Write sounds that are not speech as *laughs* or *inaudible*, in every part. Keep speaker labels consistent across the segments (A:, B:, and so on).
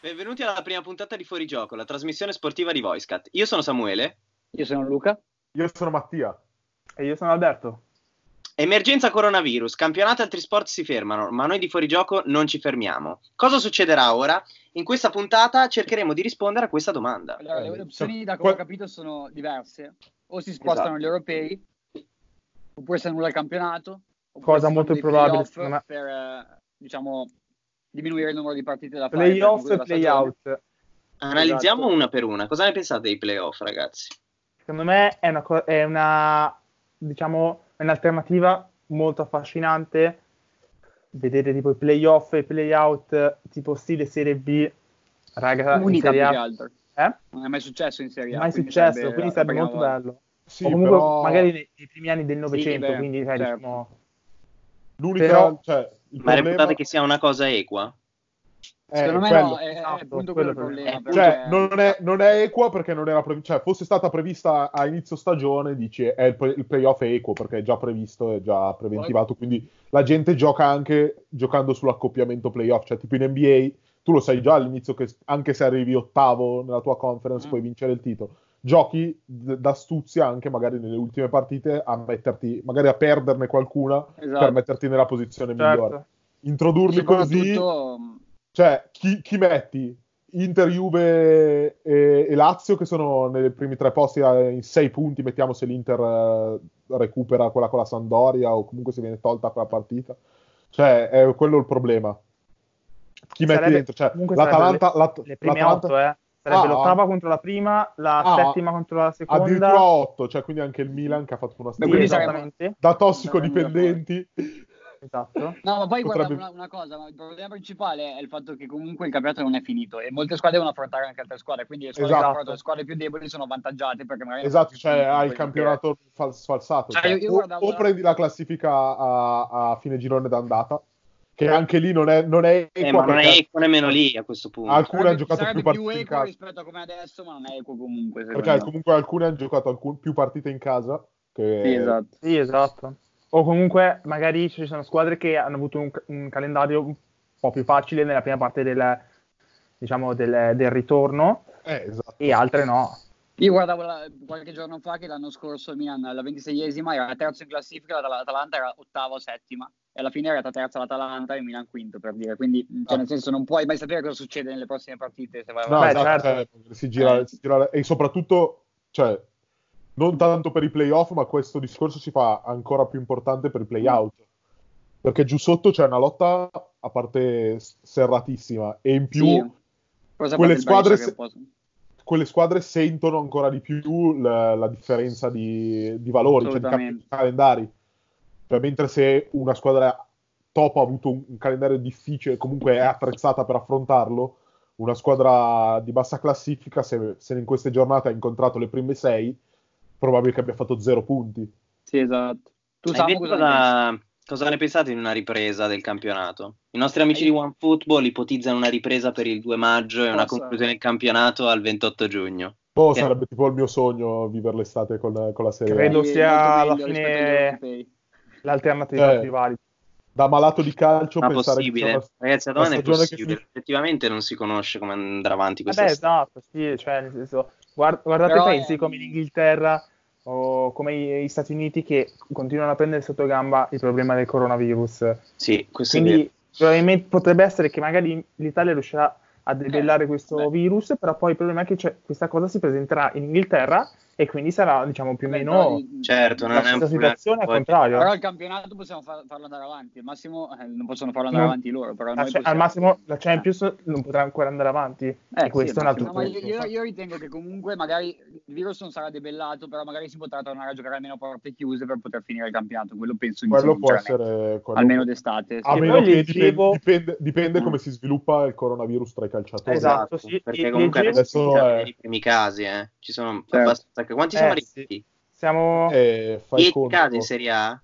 A: Benvenuti alla prima puntata di Fuorigioco, la trasmissione sportiva di Voicecat. Io sono Samuele.
B: Io sono Luca.
C: Io sono Mattia.
D: E io sono Alberto.
A: Emergenza coronavirus, campionati e altri sport si fermano, ma noi di Fuorigioco non ci fermiamo. Cosa succederà ora? In questa puntata cercheremo di rispondere a questa domanda.
B: Allora,
D: Eh,
B: le opzioni, da come ho capito, sono diverse. O si spostano
D: Esatto.
B: gli europei, oppure si annulla il campionato. oppure
D: Cosa
B: si fanno
D: molto
B: dei
D: improbabile,
B: playoff
D: secondo me.
B: Per, eh, diciamo, diminuire il numero di partite da fare. per il
D: Playoff
B: concludere
D: e
B: la stagione.
D: playout.
A: Analizziamo
D: Esatto.
A: una per una. Cosa ne pensate dei playoff, ragazzi?
D: Secondo me è una, co- è una diciamo, è un'alternativa molto affascinante. Vedere tipo i playoff e i playout tipo stile Serie B, raga, eh, in
B: Comunica
D: Serie
B: più che
D: A.
B: altro.
D: Eh?
B: Non è mai successo in Serie A.
D: Mai
B: quindi
D: successo,
B: sarebbe
D: quindi
B: la
D: sarebbe
B: prima
D: molto
B: volta.
D: bello.
C: Sì,
D: o comunque
C: però
D: magari nei, nei primi anni del Novecento,
B: beh,
D: quindi sai,
B: certo.
D: diciamo,
C: l'unica,
D: però-
C: cioè, il
A: Ma
C: problema
A: reputate che sia una cosa equa?
C: è
B: Secondo me
C: quello.
B: no, è, è
D: Esatto,
B: appunto quello
D: Eh, quello
B: il problema.
A: è-
B: perché-
C: Cioè, non è, non è equa perché non era previ- cioè, fosse stata prevista a inizio stagione, dice è il, pre- il playoff è equo perché è già previsto, è già preventivato, quindi la gente gioca anche giocando sull'accoppiamento playoff, cioè tipo in NBA tu lo sai già all'inizio che s- anche se arrivi ottavo nella tua conference
B: Mm.
C: puoi vincere il titolo. Giochi d- d'astuzia anche magari nelle ultime partite a metterti, magari a perderne qualcuna per
B: esatto.
C: metterti nella posizione migliore.
D: certo.
C: Introdurli così
B: Soprattutto, mh,
C: cioè, chi, chi metti? Inter, Juve e, e Lazio che sono nei primi tre posti eh, in sei punti, mettiamo se l'Inter eh, recupera quella con la Sandoria o comunque si viene tolta quella partita. Cioè, è quello il problema. Chi metti
D: Sarebbe-
C: dentro? Cioè,
D: comunque
C: l'Atalanta, l'At-
D: Le prime
C: l'Atalanta-
D: otto, eh. Sarebbe
C: Ah.
D: l'ottava contro la prima, la
C: Ah.
D: settima contro la
C: addirittura
D: seconda.
C: otto, cioè quindi anche il Milan che ha fatto una
D: Sì,
B: Beh,
C: stagione
B: quindi
C: da-
B: saremo-
D: esattamente.
C: da
B: *laughs*
C: tossicodipendenti.
D: Esatto.
B: No, ma poi guarda
C: Potrebbe-
B: una, una cosa, ma il problema principale è il fatto che comunque il campionato non è finito e molte squadre devono affrontare anche altre squadre, quindi le squadre, che
C: Esatto.
B: affrontano le squadre più deboli sono avvantaggiate perché magari... non
C: Esatto,
B: sono
C: cioè
B: più-
C: hai il
B: perché-
C: campionato fal- sfalsato.
B: Cioè,
C: cioè,
B: io- io
C: o,
B: guardavo
C: o
B: la-
C: prendi la classifica a, a fine girone d'andata, che anche lì non è, non è
A: Eh,
C: equa
A: ma non è
C: perché
A: equa nemmeno lì a questo punto.
C: alcune hanno
B: Sarebbe-
C: giocato
B: sarebbe
C: più
B: più
C: partite in
B: equo
C: casa.
B: rispetto a come è adesso, ma non è equo comunque. secondo
C: Perché
B: me.
C: comunque alcune hanno giocato alcun- più partite in casa. Che...
B: Sì, esatto.
D: Sì, esatto. O comunque magari ci sono squadre che hanno avuto un, un calendario un po' più facile nella prima parte del, diciamo, del, del ritorno
C: Eh, esatto.
D: e altre no.
B: Io guardavo la- qualche giorno fa che l'anno scorso il Milan alla 26esima era terzo in classifica, l'At- l'Atalanta era ottava o settima e alla fine era terza l'Atalanta e il Milan quinto per dire, quindi cioè, nel senso non puoi mai sapere cosa succede nelle prossime partite. Se vai
C: Ah. No,
D: Beh,
B: avanti.
C: esatto,
D: certo.
C: cioè, si gira,
B: Eh.
C: si gira- e soprattutto, cioè, non tanto per i playoff, ma questo discorso si fa ancora più importante per i playout. Perché giù sotto c'è una lotta a parte s- serratissima e in più
B: Sì. Cosa fa
C: quelle
B: del Brescia
C: squadre
B: che
C: se-
B: possono-
C: quelle squadre sentono ancora di più la, la differenza di, di valori, cioè di cap-
B: Assolutamente.
C: calendari. Cioè, mentre se una squadra top ha avuto un, un calendario difficile, comunque è attrezzata per affrontarlo, una squadra di bassa classifica, se, se in queste giornate ha incontrato le prime sei, probabile che abbia fatto zero punti.
B: Sì, esatto. Tu
A: Hai
B: Samu
A: detto
B: cosa ne
A: cosa, cosa ne pensate di una ripresa del campionato? I nostri amici
B: Eh,
A: di OneFootball ipotizzano una ripresa per il 2 maggio e una
B: Forse.
A: conclusione del campionato al 28 giugno.
C: Boh,
A: Sì.
C: sarebbe tipo il mio sogno vivere l'estate con, con la Serie A.
D: Credo
B: pensi?
D: sia
B: Molto meglio
D: alla
B: rispetto
D: fine-
B: agli europei.
D: L'alternativa
C: Eh.
D: più valida.
C: Da malato di calcio
A: Ma
C: pensare
A: possibile?
C: che sia una-
A: Ragazzi, la domanda è
C: stagione che
A: possibile.
C: finisce-
A: Effettivamente non si conosce come andrà avanti questa
D: Vabbè,
A: stagione.
D: esatto, sì, cioè, nel senso, guard- guardate
B: Però
D: paesi
B: è-
D: come l'Inghilterra o come i- gli Stati Uniti che continuano a prendere sotto gamba il problema del coronavirus.
A: Sì, questo è vero.
D: Quindi probabilmente potrebbe essere che magari l'Italia riuscirà a debellare questo
B: beh.
D: virus, però poi il problema è che c'è- questa cosa si presenterà in Inghilterra e quindi sarà diciamo più o
B: Beh,
D: meno
B: però-
A: Certo, non è
D: la
A: un
D: stessa
A: problema.
D: situazione al
A: Poi-
D: contrario.
B: Però il campionato possiamo far- farlo andare avanti. Al massimo eh, non possono farlo andare
D: No.
B: avanti loro. Però
D: La
B: noi
D: ce- al
B: possiamo.
D: massimo la Champions non potrà ancora andare avanti
B: Eh,
D: e questo
B: sì,
D: è un altro
B: no, ma io,
D: punto.
B: io- io ritengo che comunque magari il virus non sarà debellato, però magari si potrà tornare a giocare almeno a porte chiuse per poter finire il campionato. Quello penso in
C: Quello può
B: sinceramente.
C: essere... quello-
B: almeno d'estate. sì.
C: A
D: Che
C: meno
D: poi
C: che
D: leggevo-
C: dipende, dipende- dipende come si sviluppa il coronavirus tra i calciatori.
D: Esatto, sì.
A: Perché
D: Le-
A: comunque
D: leggevo-
A: adesso si sa
C: Adesso,
A: per
C: eh.
A: i primi casi, eh. Ci sono
B: Certo.
A: abbastanza... Quanti siamo
D: Eh, sì.
A: arrivati?
D: Siamo
C: Eh, fai
A: 10
C: conto.
A: casi in Serie A?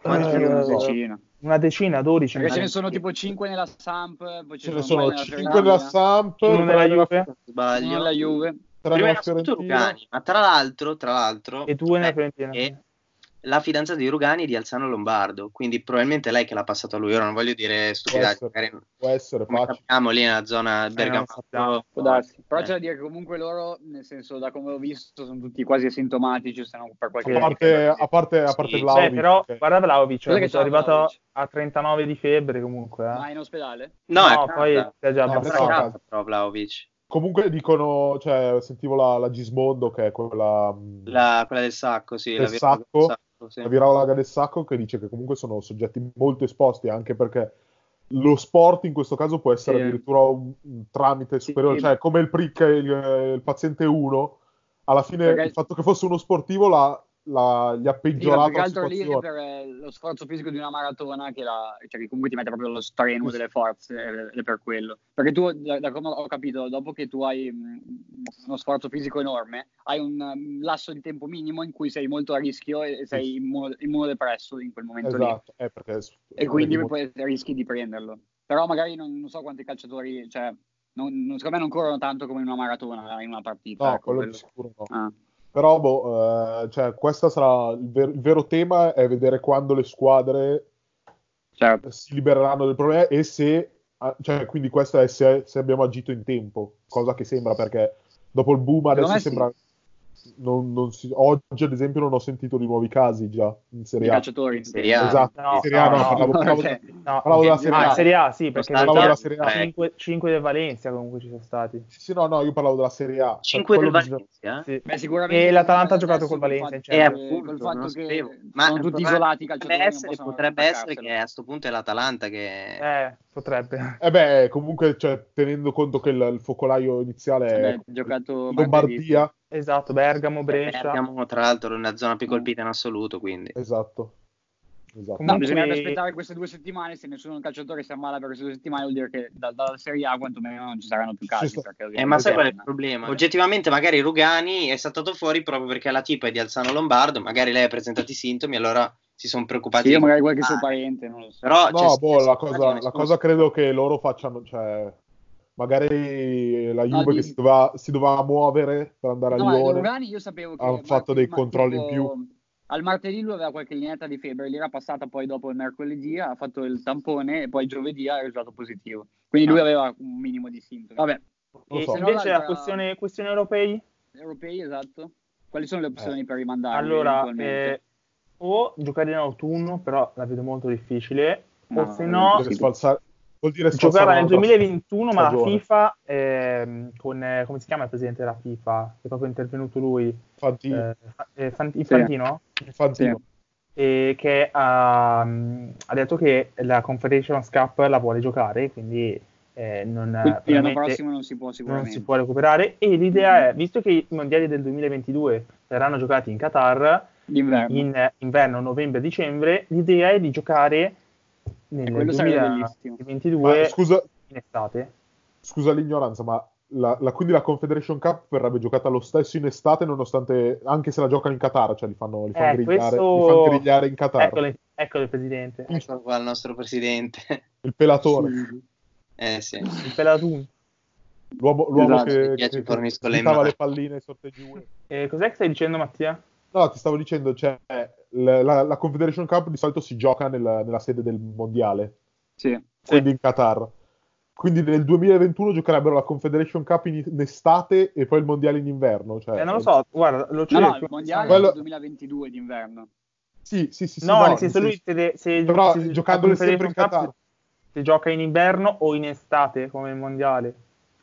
B: Quanti
D: eh,
B: sono? Una
D: eh,
B: decina.
D: una decina,
B: Perché
D: 12.
B: ce ne
D: magari.
B: sono tipo 5 nella Samp, poi
C: Ce ne
B: un
C: sono
B: paio
C: 5
A: eh.
C: nella
B: Fiorentina,
C: Samp,
D: Uno nella
C: eh,
D: Juve
A: Se non
B: uno
A: Sbaglio.
B: nella Juve.
C: tre
A: Prima
C: nella
A: era scritto
C: Fiorentina.
A: Lugani, ma tra l'altro, tra l'altro,
D: e due nella
A: eh,
D: Fiorentina.
A: eh, la fidanzata di Rugani è di Alzano Lombardo, quindi probabilmente è lei che l'ha passato a lui. Ora non voglio dire stupidaggini,
C: essere.
A: magari
C: Può essere
A: come
C: facile.
A: sappiamo lì nella zona
D: Eh, non
A: Bergamo.
D: sappiamo,
B: Può darsi. Però
A: Eh.
B: c'è da dire che comunque loro, nel senso, da come ho visto, sono tutti quasi asintomatici, se non per qualche
C: A parte, a parte, a parte
A: Sì.
C: Vlahovic,
D: Beh, però,
C: che-
D: guarda Vlaovic,
B: Cos'è che
D: sono
B: c'ha
D: arrivato
B: Vlahovic?
D: a 39 di febbre comunque. eh.
B: Ma in ospedale?
A: No, è
D: poi si è già
C: No,
D: abbassato.
C: però-
A: abbassato però Vlaovic,
C: comunque dicono, cioè, sentivo la, la Gismondo che è quella mm, mh,
A: la, quella del sacco, sì,
C: Del
A: la vera-
C: sacco?
A: sacco, sì.
C: la virologa del sacco che dice che comunque sono soggetti molto esposti anche perché lo sport in questo caso può essere
B: Sì.
C: addirittura un, un tramite
B: Sì,
C: superiore,
B: sì.
C: cioè come il prick e il, il paziente 1, alla fine
B: Perché-
C: il fatto che fosse uno sportivo la, la- gli ha
B: Sì, ma
C: peggiorato
B: più che
C: la
B: altro lì è
C: situazione.
B: per eh, lo sforzo fisico di una maratona che, la- cioè, che comunque ti mette proprio lo strenuo delle forze eh, ed è per quello. Perché tu, da, da come ho capito, dopo che tu hai mh, uno sforzo fisico enorme, hai un um, lasso di tempo minimo in cui sei molto a rischio e, e sei immuno- immunodepresso in quel momento lì.
C: Esatto, eh, perché
B: E quindi poi rischi di prenderlo. Però magari non, non so quanti calciatori, cioè, non- non- secondo me non corrono tanto come in una maratona, in una partita.
C: No,
B: ecco,
C: quello
B: quello.
C: di sicuro no.
B: Ah.
C: Però, boh, eh, cioè, questo sarà il, ver- il vero tema è vedere quando le squadre
B: Certo.
C: si libereranno del problema e se, ah, cioè, quindi questo è se, se abbiamo agito in tempo, cosa che sembra perché dopo il boom
B: Secondo
C: adesso
B: me
C: sembra... non- non si- oggi, ad esempio, non ho sentito di nuovi casi già in
B: I
C: Serie A.
B: calciatori. Cioè,
A: Serie A.
C: Esatto,
D: No,
C: in Serie A
D: no,
C: no,
D: no.
C: parlavo, parlavo-
B: Ok.
D: No,
C: parlavo della
A: ok,
C: Serie
D: ah,
C: A.
D: in Serie A sì,
A: Lo
D: perché
A: stadio
C: Parlavo della
D: in
C: Serie
D: realtà
A: A.
D: 5, del Valencia comunque ci sono stati.
C: Sì, no, no, io parlavo della Serie A.
A: 5 del
C: Quello bisogna-
A: Valencia?
D: Sì.
B: Beh, sicuramente
D: E l'Atalanta ha
B: adesso
D: giocato col
B: col
D: Valencia in
B: fatto-
A: Eh,
D: Champions.
B: col
A: appunto,
B: fatto
A: non lo
B: che
A: sapevo.
B: sono
A: Ma
B: tutti
A: potrebbe-
B: isolati i calciatori,
A: Potrebbe
B: non
A: essere,
B: possono
A: potrebbe essere
B: attaccarselo.
A: che a sto punto è l'Atalanta che...
D: Eh, potrebbe.
C: Eh beh, comunque, cioè, tenendo conto che il, il focolaio iniziale
B: Cioè, Beh,
C: è
B: ha giocato martedì.
C: Lombardia,
D: Esatto, Bergamo, Brescia. Mm.
A: Bergamo, tra l'altro, è una zona più colpita in assoluto, quindi...
C: esatto. esatto.
B: No,
D: Comunque-
A: Eh.
B: bisognerebbe aspettare queste due settimane. Se nessuno calciatore si ammala per queste due settimane, vuol dire che da- dalla Serie A quantomeno non ci saranno più
C: Ci
B: casi.
C: sta-
B: perché
A: Eh, ma sai
B: ovviamente-
A: qual è il problema? Oggettivamente, magari Rugani è saltato fuori proprio perché la tipa è di Alzano Lombardo, magari lei ha presentato i sintomi, allora si sono preoccupati.
B: Sì, io
A: di-
B: magari qualche suo
A: Ah,
B: parente, non lo so.
A: Però,
C: No,
A: cioè,
C: boh,
A: se-
C: la
A: se-
C: cosa, la cosa credo che loro facciano, cioè, magari la
B: No,
C: Juve
B: di-
C: che si doveva, si doveva muovere per andare a
B: No, ma
C: Lione.
B: Lugani io sapevo che
C: ha
B: martedì-
C: fatto dei
B: ma-
C: controlli in
B: tipo,
C: più.
B: Al martedì lui aveva qualche lineetta di febbre, l'era passata poi dopo il mercoledì, ha fatto il tampone e poi giovedì ha risultato positivo. Quindi
C: Ah.
B: lui aveva un minimo di sintomi. Vabbè,
C: non
D: E
C: so.
D: invece
B: Allora,
D: la questione, questione europei?
B: europei, esatto. Quali
C: Eh.
B: sono le opzioni per rimandare?
D: Allora, eh, o giocare in autunno, però la vedo molto difficile, o se no
C: Deve sfalsare- vuol dire
D: giocare
C: sfalsare
D: nel
C: un'altra
D: 2021, ma la
C: stagione.
D: FIFA, ehm, con, eh, come si chiama il presidente della FIFA? Che è proprio intervenuto lui,
C: Infatti,
D: eh, Fa- eh, Fanti-
B: Sì.
D: Fantino?
C: infatti
B: sì.
C: no.
D: e che ha, mm, ha detto che la Confederations Cup la vuole giocare, quindi eh, non,
B: Quindi l'anno
D: veramente
B: prossimo non si può
D: non
B: sicuramente. Mm-hmm.
D: si può recuperare. E l'idea è, visto che i mondiali del 2022 saranno giocati in Qatar,
B: D'inverno.
D: in eh, inverno, novembre, dicembre, l'idea è di giocare nel
B: E quello sarebbe
C: Ma
D: 2022
C: scusa,
D: in estate.
C: scusa l'ignoranza, ma la- la- quindi la Confederation Cup verrebbe giocata lo stesso in estate, nonostante, anche se la giocano in Qatar, cioè li fanno, li fanno
D: Eh,
C: grigliare,
D: questo- ecco
C: li fanno grigliare in Qatar.
D: Eccolo, eccolo il presidente,
A: Ecco qua il nostro presidente. *laughs*
C: Il pelatore,
A: Eh sì,
D: il Peladun.
C: l'uomo, l'uomo
B: Esatto,
A: mi
C: che, che,
A: piace fornisco le
C: buttava
A: immagini.
C: le palline e sorteggiava.
D: Eh, cos'è che stai dicendo Mattia?
C: No, ti stavo dicendo, cioè, la, la- la Confederation Cup di solito si gioca nella, nella sede del mondiale,
B: Sì.
C: quindi in Qatar. Quindi nel 2021 giocherebbero la Confederation Cup in, in estate e poi il mondiale in inverno. Cioè,
D: Eh, non lo so, guarda, lo
B: No,
D: cerco.
B: no, il mondiale
C: Quello-
B: è il 2022 d'inverno.
C: Sì, sì, sì. sì,
D: No, nel senso lui se, se
C: Però,
D: se-
C: giocandole
D: se-
C: sempre in Qatar.
D: Se gioca in inverno o in estate come il mondiale.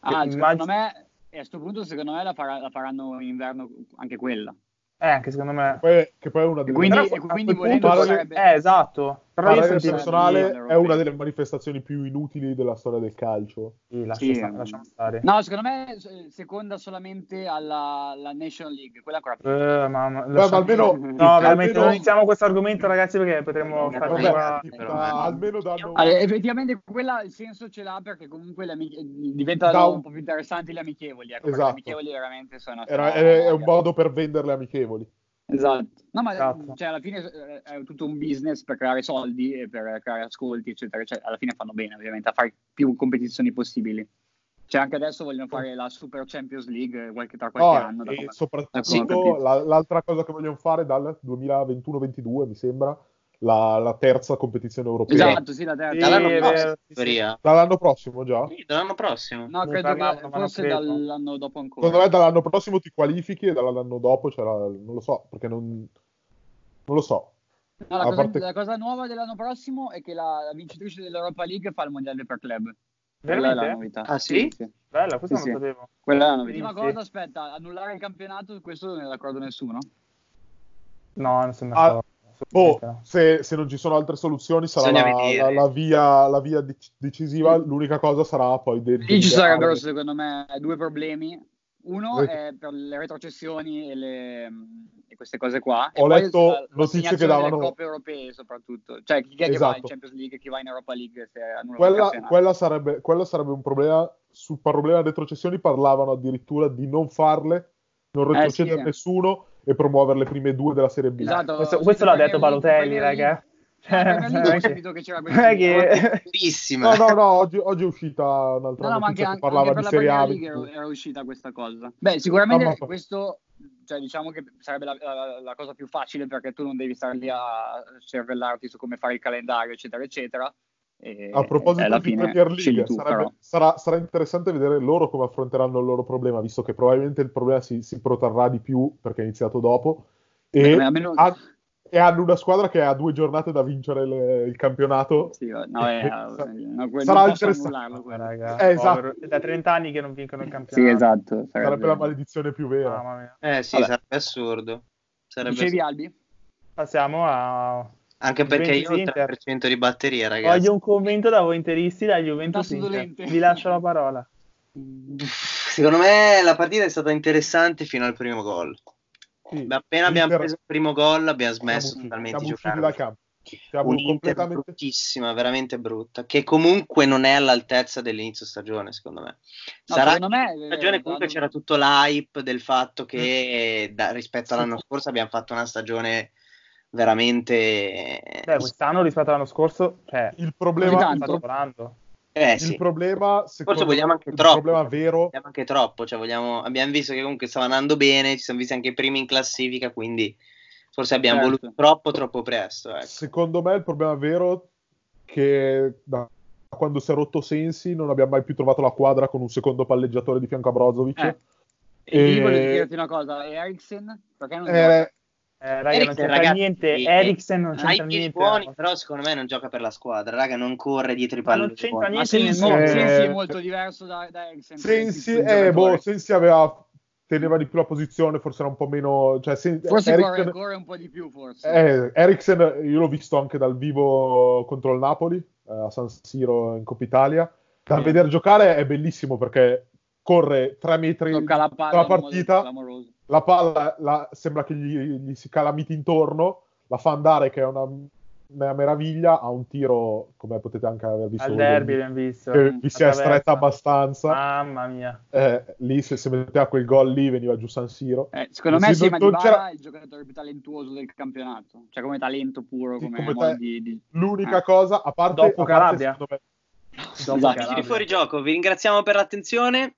B: Ah,
D: Che
B: secondo
D: immagino-
B: me, e a questo punto, secondo me la, farà- la faranno in inverno anche quella.
D: Eh, anche secondo me.
C: Poi- che poi è una delle...
B: quindi-
C: Però,
B: e quindi
C: a quel punto,
B: volendo
C: alla-
B: giocare- sarebbe-
D: Eh, esatto. Però
C: alla
D: io
C: livello
D: sentivo
C: personale
B: dire-
C: è una delle manifestazioni più inutili della storia del calcio.
D: Sì, lascia
B: Sì,
D: sta-
B: ehm.
D: lasciamo stare.
B: No, secondo me eh, seconda solamente alla, alla Nation League, quella ancora più.
D: Eh, mamma,
C: Beh,
D: lascia-
C: ma almeno...
D: No, veramente
C: almeno-
D: non iniziamo questo argomento, ragazzi, perché potremmo
A: Vabbè,
D: fare
C: Vabbè,
D: una...
A: Però,
C: ma
A: eh.
C: almeno danno...
B: Allora, effettivamente quella il senso ce l'ha perché comunque le amiche- diventano
C: Da
B: un...
C: un-
B: po' più interessanti le amichevoli. Ecco, perché
C: Esatto.
B: Le amichevoli veramente sono...
C: era- è, è un modo per venderle amichevoli.
B: Esatto. No, ma
D: Esatto.
B: cioè, alla fine eh, è tutto un business per creare soldi e per creare ascolti, eccetera. Cioè, alla fine fanno bene, ovviamente, a fare più competizioni possibili. Cioè, anche adesso vogliono fare la Super Champions League eh, qualche, tra qualche
C: No,
B: anno. da
C: e
B: come-
C: soprattutto
B: Sì, capito.
C: la- l'altra cosa che vogliono fare dal 2021-22, mi sembra, la, la terza competizione europea.
B: Esatto, sì, la terza.
A: Dall'anno
D: Sì,
A: prossimo,
D: vero,
A: in teoria.
C: Dall'anno prossimo già?
A: Sì, dall'anno prossimo.
B: No,
D: Ne
B: credo
D: parlavano, ma
B: che
D: non
B: forse
D: credo.
B: dall'anno dopo ancora.
C: Secondo me dall'anno prossimo ti qualifichi e dall'anno dopo c'era... Non lo so, perché non... Non lo so.
B: No, la,
C: a
B: cosa,
C: parte-
B: la cosa nuova dell'anno prossimo è che la, la vincitrice dell'Europa League fa il mondiale per club. Quella è la
D: Veramente?
B: novità.
A: Ah, sì?
D: Bella, questo
B: Sì,
D: non lo
B: sì.
D: sapevo.
B: Quella è la
D: Sì,
B: novità.
D: sì.
B: Prima cosa, aspetta, annullare il campionato, questo non è d'accordo nessuno.
D: No, non sono
C: Ah,
D: d'accordo.
B: Ecco.
C: Boh,
D: assolutamente no.
C: se, se non ci sono altre soluzioni sarà
A: Bisogna
C: la,
A: vedere.
C: la- la via, la via dec- decisiva, l'unica cosa sarà poi... de-
B: Lì ci
C: deliberare-
B: sarebbero, secondo me, due problemi. Uno
C: Ret-
B: è per le retrocessioni e, le- e queste cose qua.
C: Ho
B: e poi
C: letto
B: la-
C: notizie
B: l'assegnazione
C: che davano-
B: delle coppe europee, soprattutto. Cioè, chi è che va in
C: Esatto.
B: Champions League e chi va in Europa League se annulla il
C: Quella,
B: campionato.
C: quella sarebbe, quella sarebbe un problema. Sul problema delle retrocessioni parlavano addirittura di non farle, non
B: Eh, sì.
C: retrocedere nessuno e promuovere le prime due della Serie B.
B: Esatto,
D: Questo,
B: sì,
D: questo l'ha detto
B: Premier League,
D: Balotelli,
B: Premier League.
D: raga.
C: Cioè,
B: La
D: Cioè,
B: Premier
C: eh,
B: League
D: non
B: ho
D: è che-
B: Cioè, capito che c'era
D: non è che-
A: Bellissima.
C: No, no, no, oggi, oggi è uscita un'altra *laughs*
B: No, no, ma anche,
C: notizia
B: anche
C: che parlava
B: per
C: di
B: la
C: Serie
B: Premier
C: A.
B: League era, era uscita questa cosa. Beh, sicuramente
C: No, ma-
B: questo, cioè, diciamo che sarebbe la, la- la cosa più facile perché tu non devi stare lì a cervellarti su come fare il calendario, eccetera, eccetera. E-
C: A
B: e
C: proposito
B: eh, alla
C: di
B: fine
C: Premier
B: scegli
C: League,
B: tu,
C: sarebbe-
B: però.
C: sarà, sarà interessante vedere loro come affronteranno il loro problema, visto che probabilmente il problema si, si protrarrà di più perché è iniziato dopo. E,
B: Beh, almeno-
C: ha- e hanno una squadra che ha due giornate da vincere le- il campionato.
B: Sì, no, eh,
C: *laughs* Sa-
B: no, que-
C: sarà
B: non posso
C: interessante.
B: annullarlo
D: Ma
B: quello.
D: raga,
C: Eh, esatto.
D: povero. È da 30 anni che non vincono il
B: Sì,
D: campionato.
B: esatto.
C: Sarebbe la maledizione più vera.
D: Mamma mia.
A: Eh sì,
B: Vabbè.
A: sarebbe assurdo. Sarebbe
B: Dicevi Albi?
D: Passiamo a...
A: Anche perché io ho il
D: Juventus-Inter.
A: 3% di batteria, ragazzi.
D: Voglio un commento da voi interisti da Juventus
B: Da
D: Inter.
B: sudolente.
D: Vi lascio la parola.
A: *laughs* Secondo me la partita è stata interessante fino al primo gol.
C: Sì,
A: Ma appena abbiamo
C: l'Inter-
A: preso il primo gol abbiamo
C: siamo
A: smesso
C: usciti-
A: totalmente
C: siamo
A: di
C: usciti
A: giocare.
C: dal campo. Siamo
A: Un'Inter
C: completamente...
A: bruttissima, veramente brutta, che comunque non è all'altezza dell'inizio stagione, secondo me.
B: No,
A: Sarà
B: secondo me,
A: la stagione
B: eh, Mm.
A: comunque
B: vanno-
A: c'era tutto l'hype del fatto che da- rispetto all'anno scorso abbiamo fatto una stagione veramente...
D: Beh, quest'anno rispetto all'anno scorso, cioè,
C: Il
B: Così
C: problema,
D: sta
B: tanto.
D: lavorando.
A: eh,
C: il
A: sì.
C: problema secondo
A: vogliamo
C: me,
A: anche
C: il
A: troppo.
C: problema vero
A: Abbiamo anche troppo, cioè vogliamo- abbiamo visto che comunque stava andando bene, ci siamo visti anche i primi in classifica, quindi forse abbiamo
B: Certo.
A: voluto troppo troppo presto. Ecco.
C: Secondo me il problema vero che da quando si è rotto Sensi non abbiamo mai più trovato la quadra con un secondo palleggiatore di fianco a Brozovic.
B: Eh,
C: E-
B: E lì voglio dirti una cosa, e Eriksen? Perché non gioca?
C: Eh,
D: Eh, raga,
A: Eriksen,
D: non c'entra
A: ragazzi,
D: niente.
A: eh,
D: Eriksen non
A: Ha i
D: c'entra
A: piedi
D: niente.
A: buoni, però secondo me non gioca per la squadra, raga, non corre dietro i
D: Ma non
A: palloni.
D: c'entra
A: buoni.
B: Ma
D: niente
B: Sensi,
D: nel
B: no,
D: mondo.
B: Sensi
C: Eh,
B: è molto diverso da, da Eriksen.
C: Sensi,
B: è un
C: eh, boh,
B: giocatore.
C: Sensi aveva, teneva di più la posizione, forse era un po' meno... Cioè, Sen-
B: Forse corre,
C: Eriksen,
B: corre un po' di più, forse.
C: eh, Eriksen, io l'ho visto anche dal vivo contro il Napoli, eh, a San Siro in Coppa Italia. Da
A: Sì.
C: vedere giocare è bellissimo perché corre 3 metri
B: Tocca la palla.
C: la
B: in un modo
C: partita.
B: clamoroso.
C: la palla la- sembra che gli, gli si calamiti intorno, la fa andare che è una, una meraviglia, ha un tiro, come potete anche aver visto,
D: Al
C: voi,
D: derby l'abbiamo visto.
C: che vi si è
D: Attraversa.
C: stretta abbastanza.
D: Mamma mia.
C: Eh, lì se si metteva quel gol lì veniva giù San Siro.
B: Eh, secondo
C: Sì,
B: me sì,
C: non-
B: ma
C: non
B: Dybala
C: c'era-
B: è il giocatore più talentuoso del campionato. Cioè, come talento puro,
C: Sì,
B: come,
C: come
B: modo
C: ta-
B: di... di-
C: L'unica
B: Eh.
C: cosa, a parte,
D: Dopo
C: a parte,
D: Calabria?
C: secondo me-
D: Dopo
B: Esatto.
A: Amici
D: Calabria.
A: di Fuori Gioco, vi ringraziamo per l'attenzione,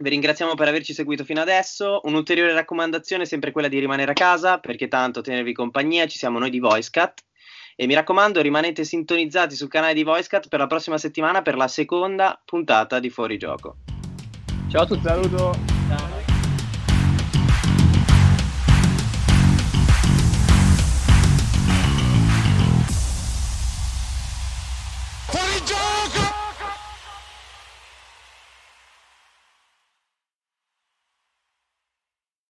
A: vi ringraziamo per averci seguito fino adesso. Un'ulteriore raccomandazione è sempre quella di rimanere a casa, perché tanto tenervi compagnia, ci siamo noi di VoiceCat. E mi raccomando, rimanete sintonizzati sul canale di VoiceCat per la prossima settimana per la seconda puntata di Fuori Gioco.
B: Ciao a tutti.
D: Saluto. Ciao.